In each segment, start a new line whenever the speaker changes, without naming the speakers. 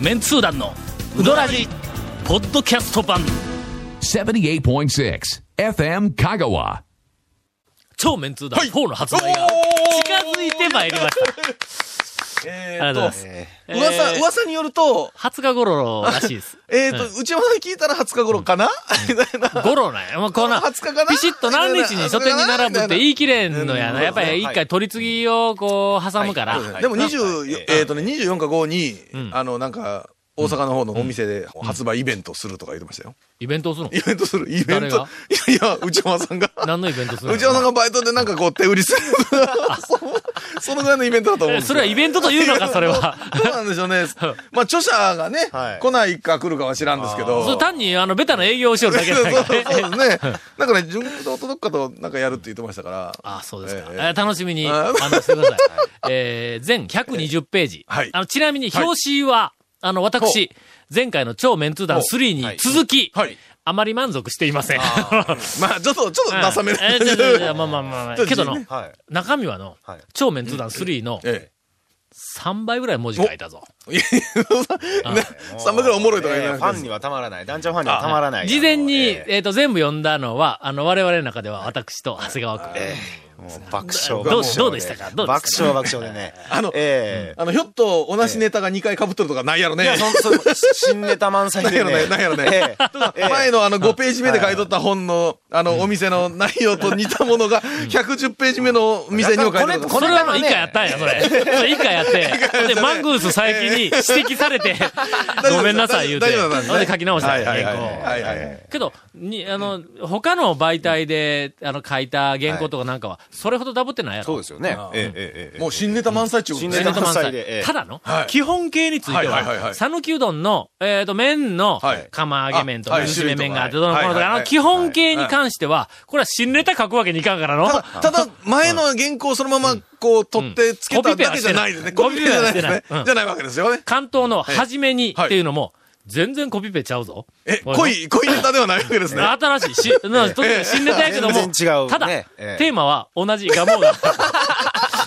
メンツー団のウドラジポッドキャスト版
78.6 FM Kagawa.
超メンツー団4の発売が近づいてまいり ました。
え
ありがとうございま
ーっと、
す。
噂、
えー
噂によると、
20日頃らしい です。
えっ、と、内山さんに聞いたら20日頃かな、みたいな。
ゴロなんや。もうこんな、
20日かな
ピシッと何日に書店に並ぶって言い切れんのや
う
な。
ん
やっぱり一回取り次ぎをこう挟むから。
うんでも24、えっ、とね、24か5に、あの、なんか、大阪の方のお店で発売イベントするとか言ってましたよ。
イベントをするの
イベントするイベント。
誰
い
が
やいや、内山さんが。
何のイベントす るの
内山さんがバイトでなんかこう手売り する。そそのぐらいのイベントだと思うん
え
ですよ
それはイベントというのか、それは。
どうなんでしょうね。まあ、著者がね、
はい
来ないか来るかは知らんですけど。
それ単に、あの、ベタな営業をしよるだけ
そ
だ
う
から
そ
ね。
うそうですね。なんかね、順当届くかとなんかやるって言ってましたから。
あそうですか。
え
え
え
ー楽しみに、
あ
あの、してくだ さい。えー全120ページ。
はい
あの、ちなみに、表紙は、あの、私、前回の超メンツー団3に続き、
はい。
あまり満足していません。
まあ、ちょっと、ちょっと情めな
えーちょっとちょっとまあまあまあまあ。
ちょっと
けどの、
はい。
中身はの
はい、
超メンツー団3の
え
3倍ぐらい文字書いたぞ。
え。いや、3倍ぐらいおもろいとか言
え
わな
ーファ
くていい
ンに
で
はたまらない。団長ファンにはたまらない。
事前に、
え
えっと、全部読んだのは、あの、我々の中では私と長谷川君。
ーもう爆笑
どう
爆笑で
どうでしたかどうで
爆
し
笑爆笑でね。
あの
え
す。あの、ひょっと同じネタが2回被ってるとかないやろ
え。い
ね
や、。そん、そん、新ネタ満載
ない
で
やろね、
ね。
ないやろ
え
ね。
え
前のあの5ページ目で買い取った本の、あの、お店の内容と似たものが、110ページ目の店にも書いてある
こ
それはの、
この間は
一
ね
回やったんや、それ。それ一回や って。で、マングース最近に指摘されて、ごめんなさい言うて。
大丈夫大丈夫
それで書き直した
は
ん
い
や、
はい
原
はい。
稿。
はいはいはい。
けど、に、あの、他の媒体で、あの、書いた原稿とかなんかは、それほどダブってないやろ。
そうですよね。ええええええ
もう新ネタ満載中こと
新
全
ネ
然
タ
満
満載で
載。
ええ
ただの
は、い
基本形について
はいはいはいは
は、
い
讃岐うどんの、えっと、麺の
はい、
釜揚げ麺とか、
あはい
薄め麺があって、
種
どう
類
のこうのと
とかはい
か、
はい
あ
はい
の、基本形に関しては、これは新ネタ書くわけにいかんからの。
ただ、ただ、前の原稿をそのまま、こう、取ってつけただけじゃないですね。
コ
コ
ピ
ピ
ペ
ペ
は
じ
して
ゃないです
ない
ね
うん。
じゃないわけですよね。
関東の初めに
はい
っていうのも、全然コピペちゃうぞ。
え、
これ
濃い、濃いネタではないわけ ですね。
新しい し、な特に新ネタやけども、
全然違う
ただ、
ねええ
テーマは同じガモ ーだ。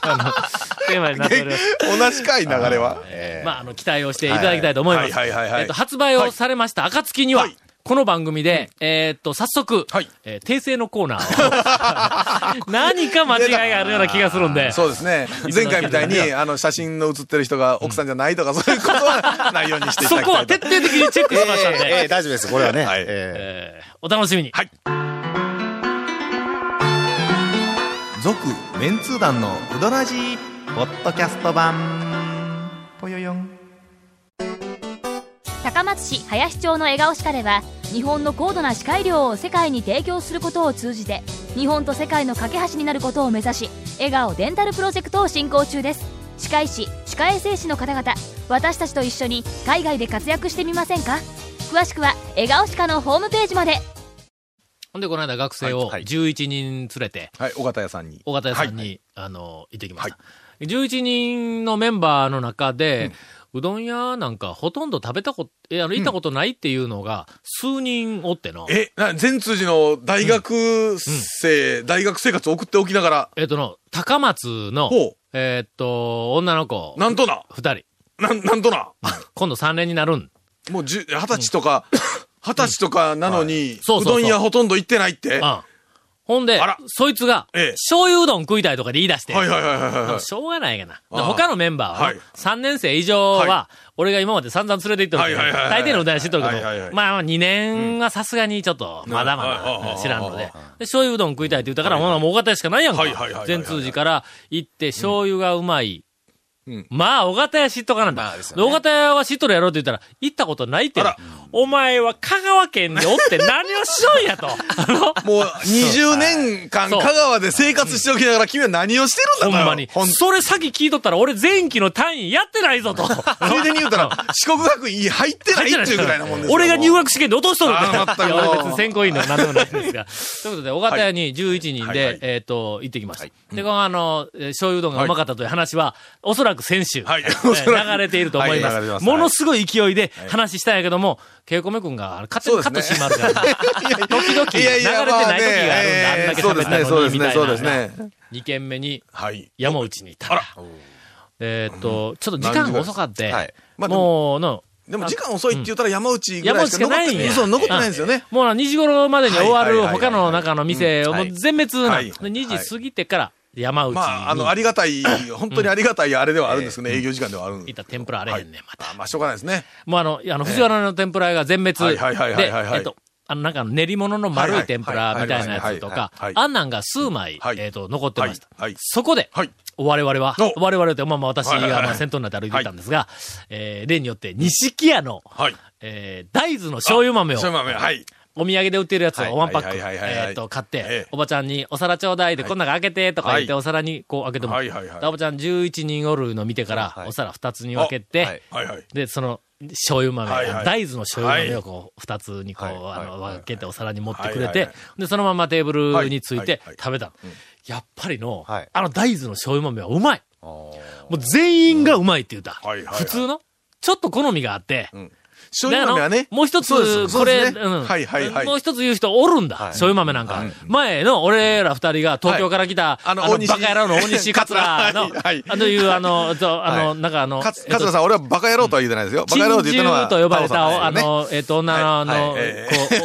あのテーマになっております。
同じかい流れは。
まあ、あの、期待をしていただきたいと思います。
はいはいはいはいはい
えっと、発売をされました暁には、
はい
この番組で、えーっと、早速、
はい
えー訂正のコーナーを、 何か間違いがあるような気がするんで、
そうですね。前回みたいに、あの、写真の写ってる人が奥さんじゃないとか、そういうことはないようにしてい
そ
ただき
こ
た
はい
と
徹。底的にチェックしましたんで、
ええええ大丈夫です。これはね。
はい
え
えーお楽しみに。
続メンツー団のうどなじポッドキャスト版ぽよよん
高松市林町の笑顔歯科では日本の高度な歯科医療を世界に提供することを通じて日本と世界の架け橋になることを目指し笑顔デンタルプロジェクトを進行中です歯科医師歯科衛生士の方々私たちと一緒に海外で活躍してみませんか詳しくは笑顔歯科のホームページまで
ほんで、この間学生を
はいはい
11人連れて、
はい、尾形屋さんに。
大型屋さんに、
はい
あの、行ってきました。11人のメンバーの中で、うどん屋なんかほとんど食べたこと、え、あの、行ったことないっていうのが、数人おっての、えっ、
え、な、全通寺の大学生、大学生活を送っておきながら、
との、高松の
ほう、
えっと、女の子、
なんとな、
二人、
なん、なんとな、
今度3年になるん。
もうじゅ二十歳とか、二十歳とかなのに、
そうそうそ
う
う
どん屋ほとんど行ってないって。
う
は
ん。ほんで
あら、
そいつが、
ええ
醤油うどん食いたいとかで言い出し
い
て、
はいはいはい
でも
は
しょうがないがな。で
ああ
他のメンバーは、
はい
3年生以上は、
は
俺が今まで散々連れて行ってるけど、
はいはいはいはい
大抵の歌に知っとるけど、
はいはいはい
まあ2年はさすがにちょっと、まだま
あ
だ
あ
知らんので、
あ
で醤油うどん食いたいって言ったから、ほなもう尾形屋しかないやんか
はいはいはいはいは。い
全通寺から行って、醤油がうまい。
うん
まあ、尾形屋知っとかなんだ。
まあですよ
で
ね
尾形屋は知っとるやろって言ったら、行ったことないって
あら。
お前は香川県でおって何をしろんや と。あの
い。もう20年間
そう
香川で生活しておきながら君は何をしてる
ほ
ん
ん
だと
まに。
ほんつ
それさっき聞いとったら、俺前期の単位やってないぞと。
いでに言う たら、四国学院に入ってないっていうぐらいなもんですよ
俺が入
もう
学試験で落としとるんだよ
あー全く
いや俺別に選考委員でも何でもないん ですが。ということで、小形屋に11人
はいは
で
い、
えっと、行ってきました。で、このあの、えー醤油うどんがうまかったという話は、おそらく先週、え
はい
ー流れていると思いま。
はい流れてますす
ものすごい勢いで話したんやけども、稽古目くんが勝手にカットしてしまうから、 時々流れてない時があるんだ。あんだけ喋ったのに、みたい
いやいやまあねそうですねそうですね
な。
そうですね。
2軒目に、
はい。
山内にいたら。えーっと、ちょっと時間が遅かって、
はい
まあでも
もうの、
でも時間遅いって言ったら山内ぐらいしか残っ
山内しかないん
て
や
そう残ってないんですよね。
もうな2時頃までに終わる
はいはいはいはい
他の中の店をもう全滅な、
はい
で
はい
2時過ぎてから山内に
まあ、あの、ありがたい、本当にありがたいあれではあるんですけどね、営業時間ではあるん
い
で。
た天ぷらあれへんねん、また。
あまあ、しょうがないですね。
もうあの、あの、藤原の天ぷら屋が全滅。
は
で
いはいはいはいはいはい
えっと、あの、なんか練り物の丸い天ぷらみたいなやつとか
はいはいはいはいはいはい、
あんなんが数枚
は、い
えっと、残ってました
はいはい。
そこで
はい、
我々は
お、
我々と、まあまあ私
はいはいは
が
い
まあ先頭になって歩いていたんですが、えー例によって、錦屋の、
はい。
えー大豆の醤油豆を、
しょうがないはい。
お土産で売ってるやつ
はい
をワンパック、
はいはいはいはいはい
えーっと、買って、
ええ
おばちゃんにお皿ちょうだいで、こん中開けてとか言って、
はい
お皿にこう開けてもらって、
はいはいはい
でおばちゃん11人おるの見てから、
はい
お皿2つに分けて、
はい
はいはい。
で、その、醤油豆、
はいはい
大豆の醤油豆をこう、二つにこう、
はいはい
あの、
はい
分けてお皿に持ってくれて、
はいはいはい
で、そのままテーブルについて
はいはいはい
食べた。やっぱりの、
はい
あの大豆の醤油豆はうまい。
あー
もう全員がうまいって言った。
うんはいはいはい
普通のちょっと好みがあって、
醤油豆は
だ
ね
か。らもう一
そうで
つ、
す
こ
そう
れ、
ですね
うん
はいはいはい
もう一つ言う人おるんだ。
はい
醤油豆なんか。前の、俺ら二人が東京から来た、
あの大西
バカ野郎の大西桂の、
はいはい
あという、あの、とあの、なんかあの、
かつ、
えっと
桂さん、俺はバカ野郎とは言ってないですよ。バ
珍
カ野郎って言ったの
獣
は。
と呼ばれ
太郎
た、
さ
あ
んですよね
の、えっと、女の、あの、こ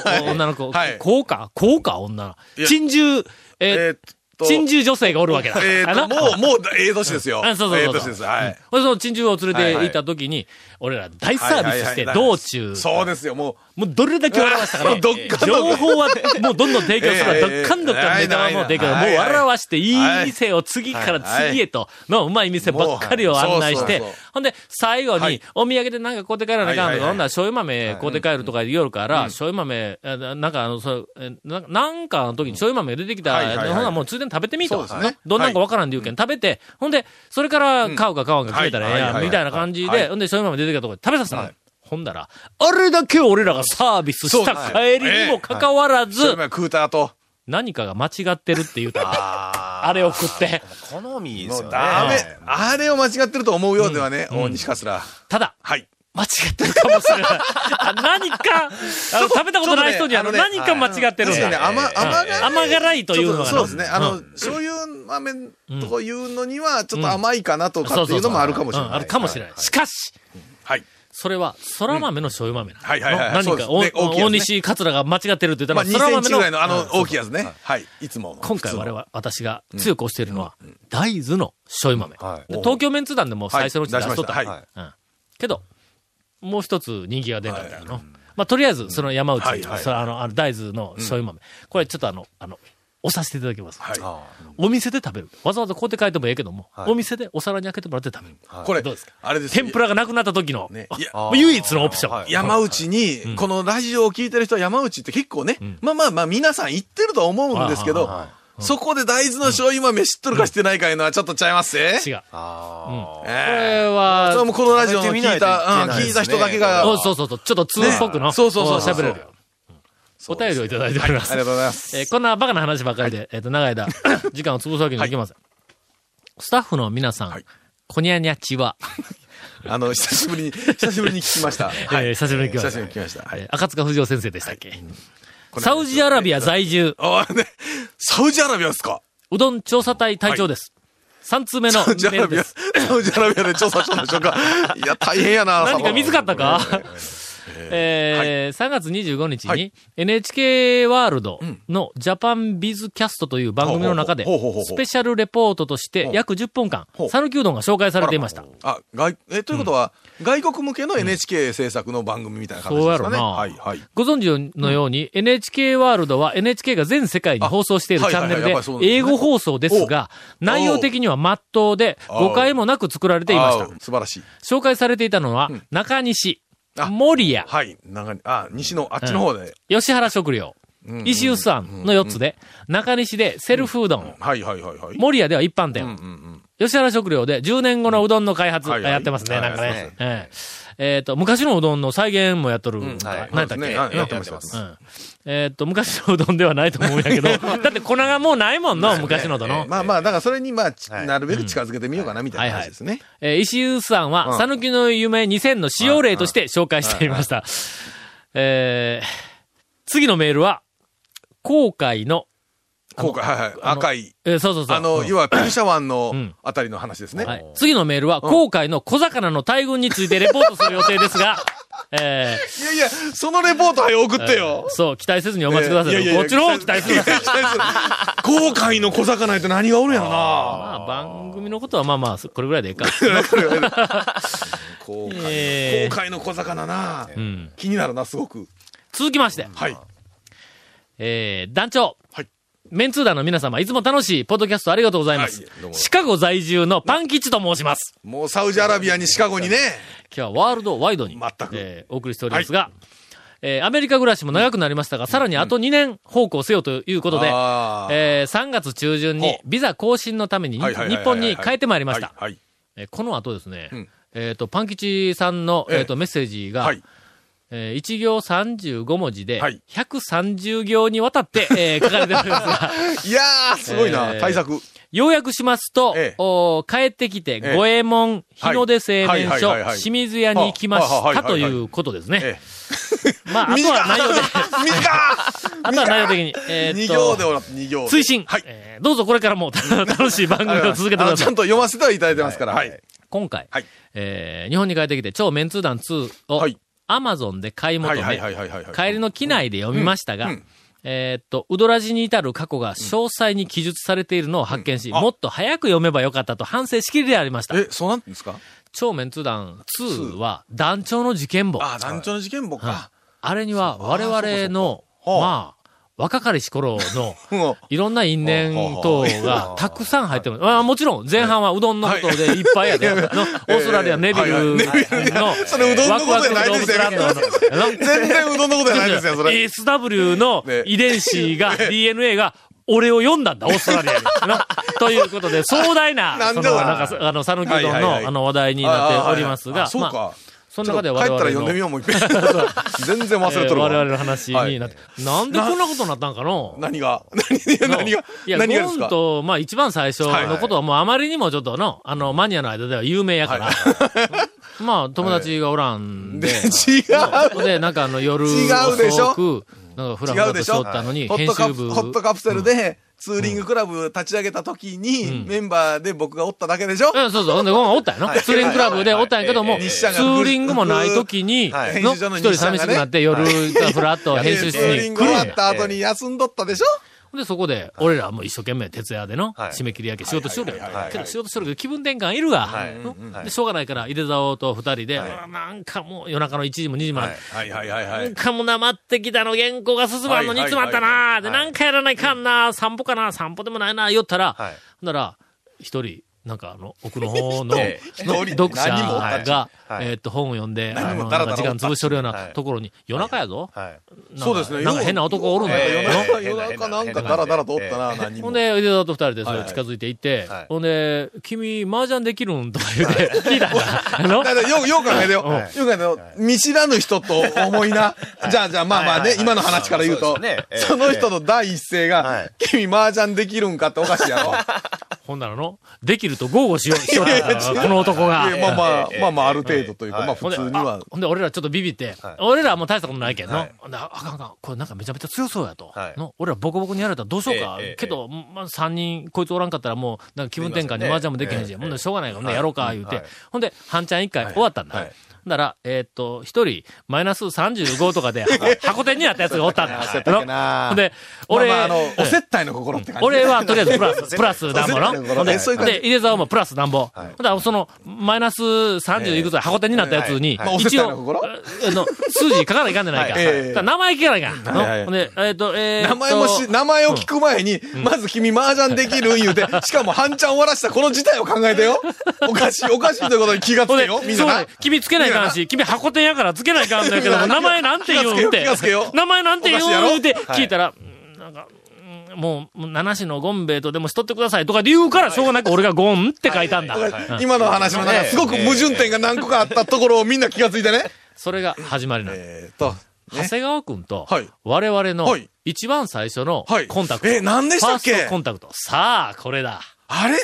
はいえ
うおお女の子
はい、
こうかこうか女の。
いや
珍獣、
え
え
ーっ
ー、
と。
珍獣女性がおるわけだ。
えー
あ
っと、
の
もう、もう、ええ年ですよ。
あそうそうそうそう
ええ年です。はい。
ほいでその珍獣を連れて
はい
行った時に、俺ら大サービスして、
はいはいはい
道中、
そうですよ、もう。
もうどれだけ笑わしたか
あ
ら、
ーどっかんどっかん
情報はもうどんどん提供するから、
ええ
どっかんどっかんネタはもう提供する。も
は
う
いはいはい
笑わして、いい店を次から次へと、のうまい店ばっかりを案内して
もうはいそうそう、
ほんで、最後
は
に
い、
お土産でなんか買うて帰らなあかん
はいは
と
いはい
か、ほんなら醤油豆買うて帰るとか言うから、醤油豆、あななんかあの、そうえななんかの時に醤油豆出てきた、
は
ほ
いはい
ん
はい
ならもうついでに食べてみと
そうですね。
どんなんかわからんで言うけん、食べて、ほんで、それから買うか買わんか決めたらええ
はい
や
は
ん、
い
みたいな感じ
はい
で、ほんで、醤油豆出てきたとこで食べさせたの。ほんだら、あれだけ俺らがサービスした帰りにもかかわら
それ
ず、
まで食うた後。
何かが間違ってるって言うた。
あー
あれを食って。
好みで
も
すよ
う
ね。
ダメ
ね。
あれを間違ってると思うようではね、
うん
大西桂。
ただ、
はい。
間違ってるかもし れない。あ何か、あの食べたことない人にあの
ちょっとね
何か間違ってるん
確かにね、
だ。
甘、甘
うん
が
甘辛いというのがな
ちょっそうですね。あ
う
の
ん、
醤油豆とかいうのには、ちょっと甘いかなとかっていうのもあるかもしれ
うんあ
な
る
い。
かもしれない。しかし、
はい。
それは、空豆の醤油豆なの。
はいはいはいはい
何
そ
か、
うですね
お
大きいやつね
大西桂が間違ってるって言った
まあ、
ら、
2
空
セン
豆
チぐらいのあ
う
の
ん、
大きいやつね。はい。いつもの。
今回我
は。
々、私が強く推しているのは、大豆の醤油豆。
はい
で東京メンツ団でも最初のうちに出しとった。
はい出し
まし
うんけど、もう一つ人気が出たんだよな。まあ、とりあえず、その山内、
はいはい
そのあの、あの大豆の醤油豆。これちょっとあの、あの、押させていただきます。
はい。
あ
お店で食べる。わざわざこうやって書いてもええけども、
はい
お店でお皿に開けてもらって食べる。
はい
これ
どうですか、
あれですよ
天ぷらがなくなった時の、
ね
あ
いや
もう 唯一のオプション。
はい
山内に、このラジオを聞いてる人は山内って結構ね、まあまあまあ皆さん言ってるとは思うんですけど、そこで大豆の醤油豆知っとるかしてないかいうのはちょっとちゃいますぜ。
違う。
あ
こ
ええ
れ
それはも
は、
うこのラジオの聞い
食べてみないとい
た、
け
うん
ないですね
聞いた人だけが、
おそうそうそう、ちょっと通っぽくの、
ねそうそうそうそう
こ喋れるよ。お便りをいただいております
あり。がとうございます。
えーこんなバカな話ばかりで、えっ、と、長い 間、時間を潰すわけにはいきません。スタッフの皆さん、
はい
こにゃにゃちは、
あの、久しぶりに、 久しぶりに聞きました。は
えー
い。
久しぶりに来ました。
久しぶりに来ましたはい
えー赤塚不二夫先生でしたっけ、サウジアラビア在住、
あね、サウジアラビアですか
うどん調査隊隊長です。三3通目の
サウジア
メー
ラ
ル
ビ
で
ア、
す。
サウジアラビアで調査したんでしょうか。いや、大変やな、
何か見つかったかえー3月25日に、
はい
NHK ワールドのジャパンビズキャストという番組の中で
ほうほうほうほうほう、
スペシャルレポートとして
ほう
約10分間
ほ、う
讃岐うどんが紹介されていました。
あ、外、え、ということは、外国向けの NHK 制作の番組みたいな形です
そうや
か
ろ
ね。
な
はい、はい。
ご存知のように、NHK ワールドは NHK が全世界に放送している
あは
チ
いは
ャン
いはい
ネルで
やっぱりそう、ですね
英語放送ですが、内容的には真っ当で、
お
誤解もなく作られていました
あ。素晴らしい。
紹介されていたのは、中西、
あ
森谷、
はい。長に、あ、西の、あっちの方で。
吉原食料、石臼さんの4つで、中西でセルフうどん、
はいはいはいはい。
森谷では一般店、吉原食料で10年後のうどんの開発、
うんはいはい
やってますね、
はい
なんか
やって
ね。えええーと、昔のうどんの再現もやっとる。なんか何やったっ
そうです
け
ねはいやってますやってます
うんえっと、昔のうどんではないと思うんやけど、だって粉がもうないもんの、昔のうどんの。
まあまあ、だからそれに、まあ、ち
はい
なるべく近づけてみようかな、みたいな
はいは
感
い
じですね。
えー石井さんは、さぬきの夢2000の使用例として紹介していました。えー次のメールは、後悔の、
今回、はいはい。
あの
赤い。
えーそうそうそう。
あの、要は、ペルシャ湾
う
の
ん
あたりの話ですね。
はい、次のメールは、後悔の小魚の大群についてレポートする予定ですが、え
いやいや、そのレポート早送って
ー
よ。
そう、期待せずにお待ちください。
ええいやいや
こっちの方を期待するな。
後悔の小魚やって何がおるんやろな。
まあ、番組のことはまあまあ、これぐらいでいいか。
後
え
後
ー
悔の小魚な。
うん
気になるな、すごく。
続きまして、
はい。
えー団長。
はい
メンツー団の皆様、いつも楽しいポッドキャストありがとうございます。
はいどうも
シカゴ在住のパンキチと申します。
もうサウジアラビアにシカゴにね。
今日はワールドワイドに、
全く
えーお送りしておりますが、えーアメリカ暮らしも長くなりましたが、さらにあと2年奉公せよということで、
あー
えー3月中旬に
ほう
ビザ更新のために
は
日
いはいはいはいはい
本に帰ってまいりました。
はい。
えーこの後ですね、
うん
えっ、と、パン吉さんの、
ええ
えーとメッセージが、
はい。
えー1行35文字で、
はい
130行にわたって、えー書かれておりますが、
いやー、すごいな
え、ー
対策。
要約しますと、
ええ
お帰ってきて、
ええ
五右衛門、日の出製麺
はいはい
所
はいはい、はい
清水屋に行きま
はあは
し
あ
た
はいはい
と
はい
いうことですね。
え
まあ、あとは内容で、
え。
あとは内容的に、え
二
ーっ
行で
と、
おら二行で。
推進、
はい。
えーどうぞこれからも 楽しい番組を続けてく
あ
だ
のち
さ
ゃ
い
ん。と読ませてはいただいてますから。はい。
今回、
はい
えー日本に帰ってきて、超メンツー団2を、
はい
Amazon で買い求
はい
め、
はいはいはいはいはい。
帰りの機内で読みましたが、
うんうん
えーっと、ウドラジに至る過去が詳細に記述されているのを発見し、
うんあ
もっと早く読めばよかったと反省しきりでありました。
え、そうなんですか
超メンツ団2は団長の事件簿。
あ、団長の事件簿
は
か。
いあれには我々の、
はあ
まあ、若かりし頃 の、
うん
いろんな因縁等がたくさん入ってます。まあもちろん前半はうどんのことでいっぱいやで。
はい
のオーストラリア、ネビルの、
はいはいネビルそれうどんのことじゃな
ワクワク
いですよ
の動物ランドのあの
全然うどんのことじゃないですよ、それ。
ASW の
ね
遺伝子が、DNA が、俺を読んだんだ、オーストラリアに。 なということで、壮大な、
なん
そ
だ
の、
わ
なんか、あの、讃岐うどん
はいはいはい
の、あの、話題になっております
あ
が
あ、そう
まあ
か。
その
ちょ
中
っ
で
と
我
帰っ
々
たら
の。
読んでみよう、もう 一遍。全然忘れ
え
とる
ー我
わ。
々の話になって、なんで
な
こんなことになったんかの
何が何が
の
何が
いや、
何がで
ゴー
す
ン
か
と、まあ一番最初のことはもうあまりにもちょっとの、あの、マニアの間では有名やから。 まあ友達がおらん
で
で、
違う
で、なんかあの夜
違うでしょ
遅く、なんかフラフ
違
ラ
う
と
で
し
し
と
ょ
ったのに、
ホッ
編
トカ
集
プ
部。
ホットカプセルでツーリングクラブ立ち上げた時にメンバーで僕がおっただけでしょ
うん、そうそう。ほんで、ゴーンおったんやの。ツーリングクラブでおったんやけども、
はい
ツ
はい
はい
ーリングもない時に、
はい
の、一人寂しくなって夜、ふらっと編集室
ツーリ
に
ン
来
グ
るん
終
や
わった後に休んどったでしょ
で、そこで、俺らも一生懸命徹夜での、
はい
締め切り明け仕事しよるや
はいはいはいは
ん。
い
けど仕事しよるけど気分転換いるわ。
はい
うん
はい
で、しょうがないから、井出沢と二人で、
はいう
わなんかもう夜中の1時も2時まで、
はいはいはいは
なんかもうなまってきたの、原稿が進まんのに
はいはい
詰まったなで、
はい
なんかやらないかんな散歩かな散歩でもないな言おったら、
はい
ほんなら、一人、なんかあの、奥の方の、
え
の
一人
読者
何もお
らんし
が、
はい
えーっと、本を読んで、あ
何も
の、
だ
な
ら
んか
だ
ら時間潰しとるよう
は
ないところに、夜中やぞ
はい。
なんか
そうですね
なんか変な男がおるんだ
ええ
けど
夜
の
中夜中なんかダラダラとおったな何
ほ
も
んで、井出沢と二人でそ
はい
れ
はい
近づいていって
はい、
ほんで、君、麻雀できるんとか言うて、聞いたんだ。あの
だからよく、よく考えてよ。よ
はい
く考えてよ。見知らぬ人と思いな。じゃあじゃあまあまあ
はいはい
ね
は、い
今の話から言うと
そうですね、ええ
その人の第一声
は
が
い、
君麻雀できるんかっておかしい やろ。
ほんならの、できると豪語しようしよったんだこの男が
い。やまあまあ
ええ、
まあまあ、ある程度というか、
はい
まあ普
ほんで
通に
あ
は。
ほんで、俺らちょっとビビって
はい、
俺らはもう大したことないけど
は、
ないほんでああかんあかん、これなんかめちゃめちゃ強そうやと
は。い
の俺らボコボコにやられたらどうしようか
ええええ。
けど、まあ3人、こいつおらんかったらもう、なんか気分転換に麻雀もできへんし、
ええ
ほんでしょうがないからね、やろうか、言うて
はい。
ほんで、半ちゃん1回終わったんだ
はい。
なら、えーっと、一人、マイナス35とかで、箱手になったやつがおったん だ。
焦ったっけな
ほんで、俺、
まあまあ、あの、
え
お接待の心って感じ。
俺はとりあえずプラス、プラス暖房
そうです
の。
ね
ほんで、
えそういう感じ
で、井出沢もプラス暖房。ほんだらその、マイナス30いくつ、箱手になったやつに
はいはい、
一応、
まあお節介の心
あの、数字書かないかんじゃないか。
はいええ
だから名前聞かないかん。
はいはい
のほんで、えっと、えーっと
名前もし、名前を聞く前に、まず君麻雀できる言うて、しかも半ちゃん終わらしたこの事態を考えてよ。おかしい、おかしいということに気がつ
ほん
け
で
よ、みん
そ
な
う
な
だ。君つけないかんし、君箱手やからつけないかんだけども、
みんな
名前なんて言うんっ
気
て
がつけよ気がつけよ。
名前なんて言
おかしいやろ
うんって聞いたら、うんなんか、うんもう、もう七種のゴンベイとでもしとってくださいとかで言うから、しょうがなく俺がゴンって書いたんだ。うん
今の話の中、すごく矛盾点が何個かあったところをみんな気がついてね。
それが始まりなんだ
えーっと、
長谷川くんと
はい、
我々の
はい
一番最初の
はい
コンタクト。
え何でしたっけ
ファーストコンタクト。さあ、これだ。
あれ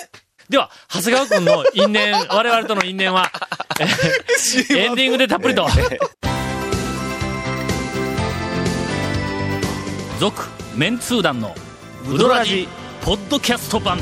では、長谷川くんの因縁、 我々との因縁は、エンディングでたっぷりと。続、メンツー団の、ウドラジ、ポッドキャスト版。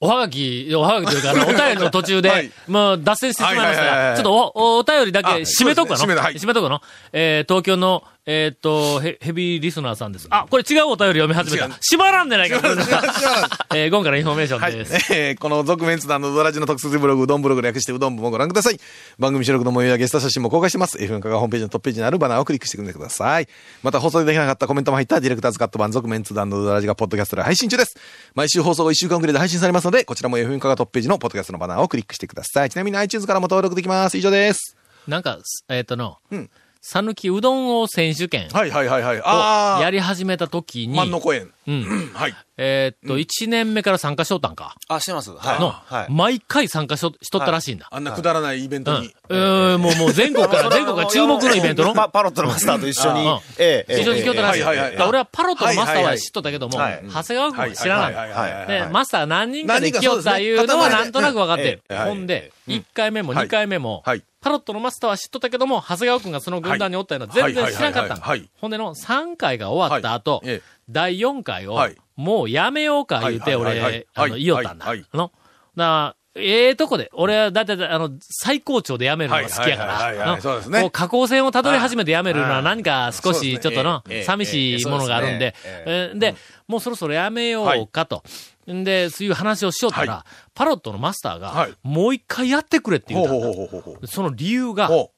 おはがき、おはがきというか、 あの、お便りの途中で、
はい
もう脱線してしまいました
はいはいはい
が、
はい
ちょっとお、おお便りだけ
あ
締めとくかの、
そうですね締めだはい
締めとくのえー、東京の、えーっと、ヘヘビーリスナーさんです。あ、これ違うお便り読み始め
違う
た。縛らんでないか、これ
違う
えー、ゴンからインフォメーショ
は
ン
い。え
です。
ーこの続メンツ団のうどらじの特設ブログ、うどんブログ略してうどん部もご覧ください。番組収録の模様やゲスト写真も公開してます。FM カがホームページのトップページにあるバナーをクリックしてくんでください。また放送でできなかったコメントも入ったディレクターズカット版続メンツ団のうどらじがポッドキャストで配信中です。毎週放送が1週間くらいで配信されますので、こちらも FM カがトップページのポッドキャストのバナーをクリックしてください。ちなみに iTunes からも登録できます。以上です。
なんか、すえーっとの
うん、
さぬきうどんを選手権
はいはいはいは
を
い。
や
あ
り始めた時
ー、
に、
万の公園。
うん、
はい。
えーっと、1年目から参加しとったんか。
あ、してます。はい。
の、
はい。
毎回参加しとしとったらしいんだ。
あんなくだらないイベントに。
うん。えーもう、もう全国 から、全国から注目のイベントの。
パパロットのマスターと一緒に
ああ、
ええ、ええ
非常に京都らしい。
ええ
だ
はいはいはい
から俺はパロットのマスターは知っとったけども、
はいはいはい
長谷川君は知らなかっ
はいはい
た。
はい
で、マスター何人かで来よったいうのはなんとなく分かってる。
ええはい
ほんで、1回目も2回目も、
はい
パロットのマスターは知っとったけども、長谷川君がその軍団におったいうのは全然知らなかったの
はいはいはいはいはい
ほんでの、3回が終わった後、
はいええ
第4回を
はい、
もうやめようか言うて、
はいはいはい
俺、あ
はい
の、
はい
いよったんだ。
はいはい
のなええとこで、俺はだいたい、あの、最高潮でやめるのが好きやか
はいはいはいはい
ら
は
の
い、そうですね
こう下降線をたどり始めてやめるのは何か少しちょ
そう
っ
ですね
との
ええええ
寂しいものがあるんで
え、
えーで、もうそろそろやめようかと。んで、そういう話をしよったら、パロットのマスターが
はい、
もう一回やってくれって言
ほ
う
う
たん
ほう
だ
ほうほうほう。
その理由が、
ほ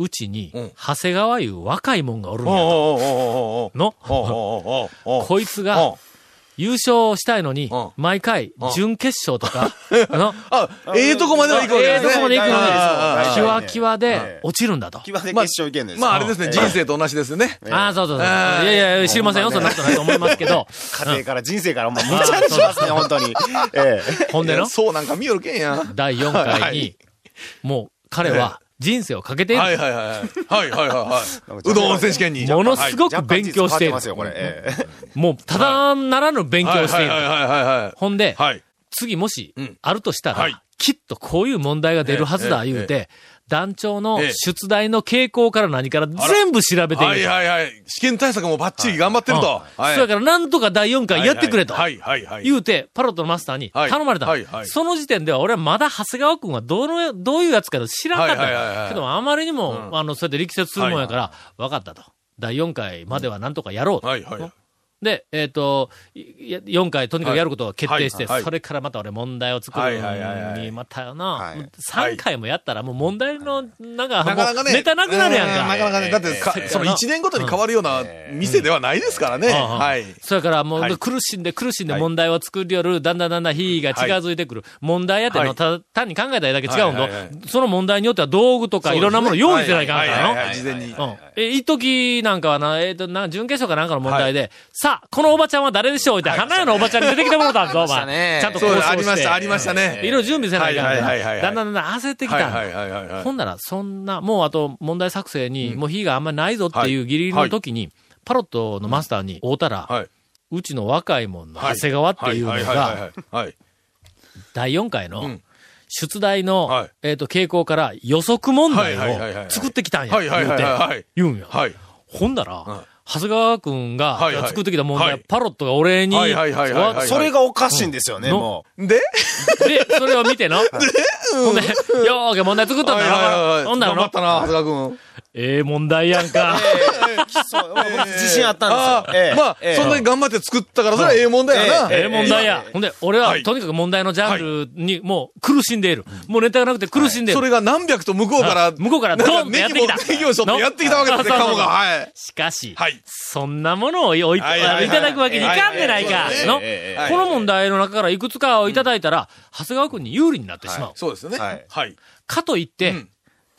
うちに
うん、
長谷川いう若いもんがおるん
う。
やと。
ほうほうほうほうほう。
の、
ほうほうほうほうほう。
こいつが優勝したいのに
うん、
毎回
うん、
準決勝と か、の、
あ、ええとこまでは行くわけですね。
ええとこまで行くわけです
あああ
キワキワで
ええ
落ちるんだと。
基盤で決勝意見です。
まああれですね、人生と同じですね。
ええ
ああ、そうそうそう。い
ああ
やいや、知りませんよ、そ
ほ
ん
ん
な
まね
ことないと思いますけど。
家庭から人生から、もう、むちゃにしますね、本当に。え え。
ほんでの、
そうなんか見よるけんや。は
第4回
は
に
い、
もう彼は人生をかけて
い
いる
はいはいはい。はいはいはいはい。うどん選手権に。
ものすごく
若干
勉強してい
変
る
わっます。よ、これ。ええ
もうただならぬ勉強をしている
は。いはいはいはいはい。
ほんで、
はい。
次もし
うん
あるとした
はい
ら、きっとこういう問題が出るはずだ、
ええ
言うて、団長の
ええ
出題の傾向から何から全部調べてい
はい
る。
はいはい。試験対策もバッチリ頑張ってると。はい。
そやからなんとか第4回やってくれと。
はいはいはい。
言うて、パロットのマスターに
はい
頼まれたの、
はいはい
その時点では俺はまだ長谷川君はどの、どういうやつか知らんかったの、
はいはいはいはい
けどあまりにも、あの、そうやって力説するもんやから、分かったと。第4回まではなんとかやろうと。
はいはい。
で、えっ、と、4回とにかくやることが決定して、
はいはい
それからまた俺問題を作る
はいはい
の
はいは
に、
い
またよ
は
な、
い
もう三3回もやったらもう問題の、なんか、
なかなか
もう
ね。
ネタなくなるやん
う
か。
なかなかね。だってか
え、え
その1年ごとに変わるような店ではないですからね。
うんうん
はい。
それからも
は
う
い
苦しんで苦しんで問題を作りよる、だんだんだんだん日が近づいてくる。問題やって
は
の、
い
た単に考えたらだけ違うん
はいはいはい
だ。その問題によっては道具とかいろんなもの用意してないかんから
はいはいはい
の。
事前に。
うん。え、一時なんかはな、えっ、と、なんか準決勝かなんかの問題で、さあ、このおばちゃんは誰でしょうって、花屋のおばちゃんに出てきてもらったんぞ、お前。ちゃんと
そう
交渉
で
して。
すありました、ありました
い
ね。
ろいろ準備せないかんか
はいはいはいは
ら、
い
だんだんだんだん焦ってきたんだ。
はいはいはいはいはい
ほんなら、そんな、もうあと問題作成に、もう火があんまりないぞっていうギリギリの時に、パロットのマスターに会うたら、
はい。
うちの若いもんの
はい
長谷川っていうの
はいはいはい
が、
はいはい。
第4回の
ん
出題の
はい、
えっと、傾向から予測問題
はいはいはいはいは
を
い
作ってきたんや。
はいはいはいはいはい
言うて言うんや。
はい。
ほんなら、長谷川くん
はいは
が
い
作ってきた問題、
はい
パロットが俺に、
はいはいはいはいはい
わ
それがおかしいんですよね、
うん
もう。
で、
で、それを見ての。ほんで、よーけ問題作ったんだ
はいはいはい
よ。ほんなら
頑張っ
の
た、な、長谷川君。
ええ問題やんか。
そう僕自信あった
あ
ん
あ
ですよ。ええ
まあ、
ええ
そんなに頑張って作ったから、そ れはええ問題やな。
ええ問題や。ほんで、俺は
はい
とにかく問題のジャンルにもう苦しんでいる。もうネタがなくて苦しんでい
そ
る
れ。が何百と向こうから、
向こうからドンってやってきた
ネギをしょってやってきたわけですね、
の
カモが。はい。
しかし、
はい
そんなものを置いて、
はいはいはい
いただくわけにいかんでないか
はいはいは、い
の、
え
え
この問題の中からいくつかをいただいたら、長谷川君に有利になってしまう。
そうですね。
はい
はい。
かといって、
うん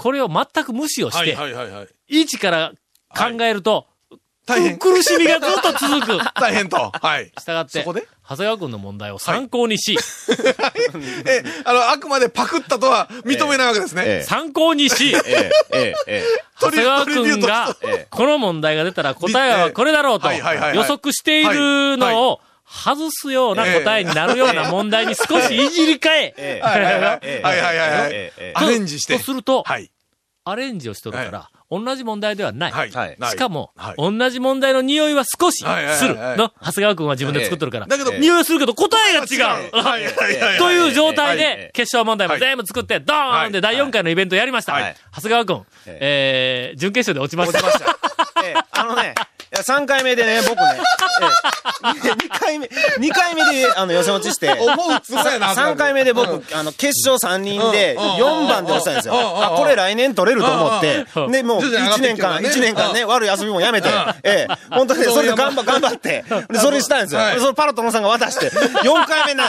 これを全く無視をし
は
て、
いはいはいはい。
一から考えると、
大変。
苦しみがずっと続 く。
大変と。はい。
したがって、
そこ
長
で
谷川君の問題を参考にし、
え、あの、あくまでパクったとは認めないわけですね。
え
参考にし、
ええええええ
長谷川君が
トリビュートし、
この問題が出たら答えはこれだろうと
はいはいはいはい
予測しているのを外すような答えになるような問題に少しいじり替え、
ええ
はいはいはい。
ええええええ
アレンジして
とすると、
はい。
アレンジをしとるから、同じ問題ではない。
はいはい
しかも、
はい
同じ問題の匂いは少し
はいはいはい
する。
はい
の、長谷川くんは自分で作っとるから。
だけど、
匂い はするけど答えが違う
はいはいはいはい
という状態
はいはい
で、決勝問題も全部作って、ドーンって第4回のイベントやりました。
はい
長谷川くん、
え
えー、準決勝で落ちま
落
した
ち。ました。ええ、あのね、いや3回目でね、僕ね、ええ、2回目、2回目で、あの、予選落ちして、
思うつぼやな。
3回目で僕、あの、決勝3人で、4番で落ちたんですよ。あ、これ来年取れると思って
うんうん、
で、もう
徐々に上がっ
1
てきてる
年
から
間、
ね
一年間ね、悪い遊びもやめて、ええ、本当にねそれで頑張、頑張って、で、それしたんですよ
は。い
でそのパラトノさんが渡して、4回目ね、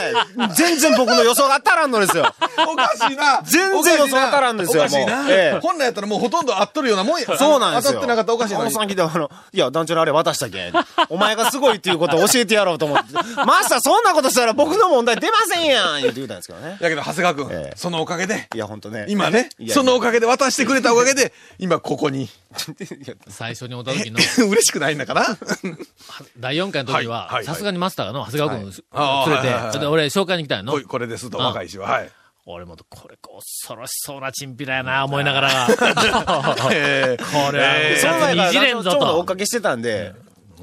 全然僕の予想が当たらんのですよ。
おかしいな。
全然予想当たらんですよ
おかしい
も
な。
うええ
本来やったらもうほとんど合っとるようなもんや。
そうなんです
当
よ。
たってなかったらおかしい
お
な
父。さん来て、あの、いや、団長のあれ渡したけん。お前がすごいっていうことを教えてやろうと思って。マスター、そんなことしたら僕の問題出ませんやん言って言うたんですけどね。
だけど、長谷川くん、
ええ
そのおかげで、
いや、ほんとね。
今ね
いやいや
そのおかげで渡してくれたおかげで、今ここに。
最初におった 時の、
嬉しくないんだから。
第4回の時は
はいはい、
さすがにマスターがの、長谷川くん
ああ
連れ
はいはいは
て、そ
い
れで俺紹介に来たんやの
こ。これですと、若いしは。はい。
俺も、これ恐ろしそうなチンピラやな、思いなが ら。
ええ
これは
ええ
その前から
いじれんぞと
ちょうど追っかけしてたんで、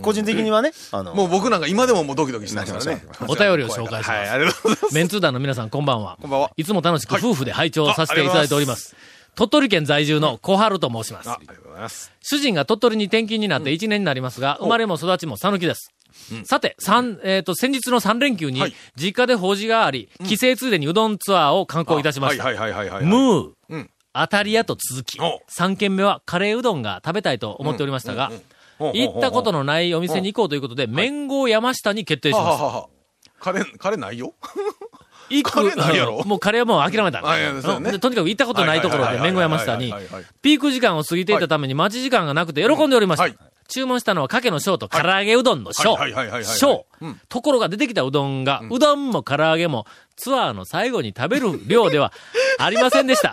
個人的にはね、あの、
もう僕なんか今でももうドキドキしてますからね。
お便りを紹介します
はい、ありがとうございます。
メンツー団の皆さん、こんばんは。
こんばんはい
つも楽しく夫婦で拝聴させていただいております。鳥取県在住の小春と申します
あ。ありがとうございます。
主人が鳥取に転勤になって1年になりますが、生まれも育ちも讃岐です。さて、三、えっ、と、先日の3連休に
はい、
実家で法事があり、帰省ついでにうどんツアーを観光いたしました。
はいはいはいはいはい。
ムー、
うん
アタリアと続き
お、
3軒目はカレーうどんが食べたいと思っておりましたが、
ほうほうほうほう、
行ったことのないお店に行こうということで、麺号山下に決定し
は
ま
は
した。
はは。カレー、カレーないよ。
行く
カレーないやろ
もうカレーはもう諦めた
あいやそうだね
でとにかく行ったことないところ
はい
で、
はいは
麺
いはい
後山下に
はいはいはいはい、
ピーク時間を過ぎていたために待ち時間がなくて喜んでおりました。
はい
注文したのは、かけの小と唐揚げうどんの小
はいはいはいはいはい。はい
小
うん。
ところが出てきたうどんが、うどんも唐揚げも、ツアーの最後に食べる量ではありませんでした。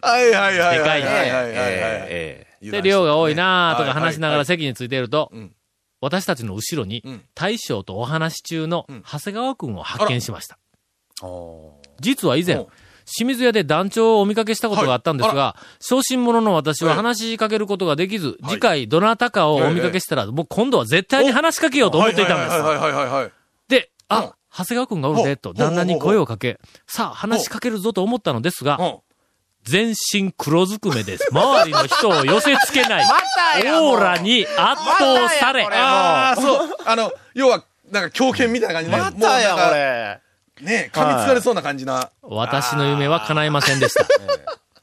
はいはいはい。
でかいね
はいはい
ええ
はいはい。
ええ
で、量が多いなーとか話しながら
せ
席についていると
うん、
私たちの後ろに
うん、
大将とお話し中の
ん
長谷川くんを発見しました。
おー
実は以
お
前
う、
清水屋で団長をお見かけしたことがあったんです
はいあ
が、昇進者の私は
ええ
話しかけることができず、
はい
次回どなたかをお見かけしたら、もう今度は絶対に話しかけようと思っていたんです。
はいはいはいはいはい。
で、
うん
あ、長谷川くんがおるで、
お
と
ほうほう
旦那に声をかけ、さあ話しかけるぞと思ったのですが、
うん
全身黒ずくめです。周りの人を寄せつけない、オーラに圧倒され、
ああ、そう。あの、要は、なんか狂犬みたいな感じね。
またや、
もうなんか
これ。
ね噛みつかれそうな感じな。
私の夢は叶いませんでした。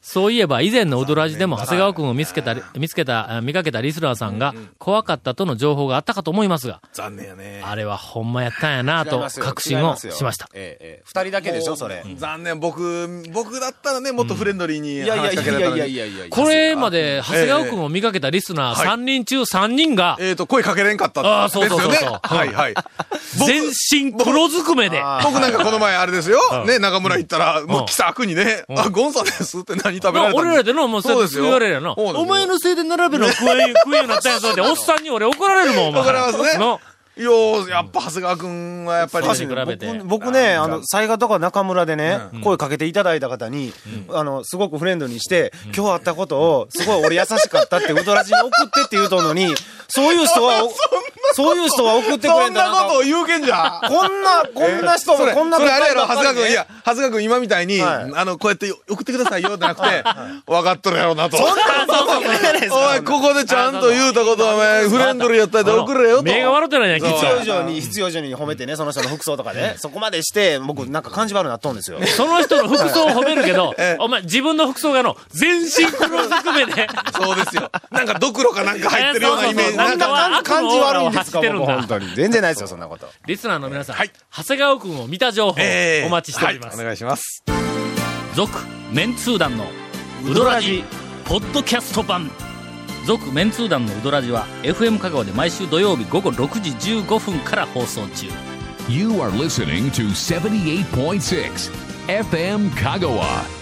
そういえば以前のウドラジでも長谷川くんを見つけたり、見つけた、あ見かけたリスナーさんが怖かったとの情報があったかと思いますが、
残念やね。
あれはほんまやったんやな
違い
と
ますよ
確信をしました。。
違いすよええええ二人だけでしょ、それ。
もう残念。僕、僕だったらね、もっとフレンドリーに
いやいや
話し
い
か
や
けられ
い
た
や
の
いや
に。
いやいや
これまで長
え
谷
え
川くんを見かけたリスナー3人中3人が、
えっと、声かけれんかった
あーそう
です
そうそう
よ
そう
ね。はいはい。
全身黒ずくめで、
あ
僕なんかこの前あれですよ。ね、中村行ったら、も
うん
う気さくにね、
ん
あ、ゴンさんですって何食べら
まあ
れた
俺らでの、もうそう
そう
やっ
で
て
すよ
言われるやな。
そうですよ
お前のせいで並べの食え、食えようになったんやぞって、おっさんに俺怒られるもん、お前。
怒られますね
の
いやーやっぱ長谷川くんはやっぱり。
そうですね比べて
僕僕ね、あの、災害とか中村でね、声かけていただいた方に、あの、すごくフレンドにして、今日会ったことを、すごい俺優しかったって、ウドラジに送ってって言うとんのに、そういう人は、おそういう人は送ってくれ
そ
ん
ん
だ
な
な
ことを言うけんじゃん。
こんな、こんな人
そ
が、
れ、
こんな
それあれやろ、
ばっ
長谷川
かり
君、
ね
いや、長谷川君今みたいに、
はい
あの、こうやって送ってくださいよ、じゃなくて、分かっとるやろうなと。お前、ここでちゃんと言うたことは、お前、フレンドリーやったりで送れよと。
目が笑ってないやん、きっ
必要
と。
以上に、必要以上に褒めてね、その人の服装とかね、そこまでして、僕なんか感じ悪なっとんですよ。
その人の服装を褒めるけ ど、お前自分の服装がの、全身黒ずくめ で。
そうですよ。なんか、ドクロかなんか入ってるようなイメー
えそ
ジ。
うそう
な
そうん
か、
なんか感じ悪いんですか、
悪
僕
のを走
本
って
当に。全然ないですよ、そんなこと。
リスナーの皆さん、
はい
長谷川くんを見た情報、
えー
お待ちしております
はい。お願いします。
続メンツー団のウドラジポッドキャスト版続メンツー団のウドラジは FM 香川で毎週土曜日午後6時15分から放送中
You are listening to 78.6 FM Kagawa.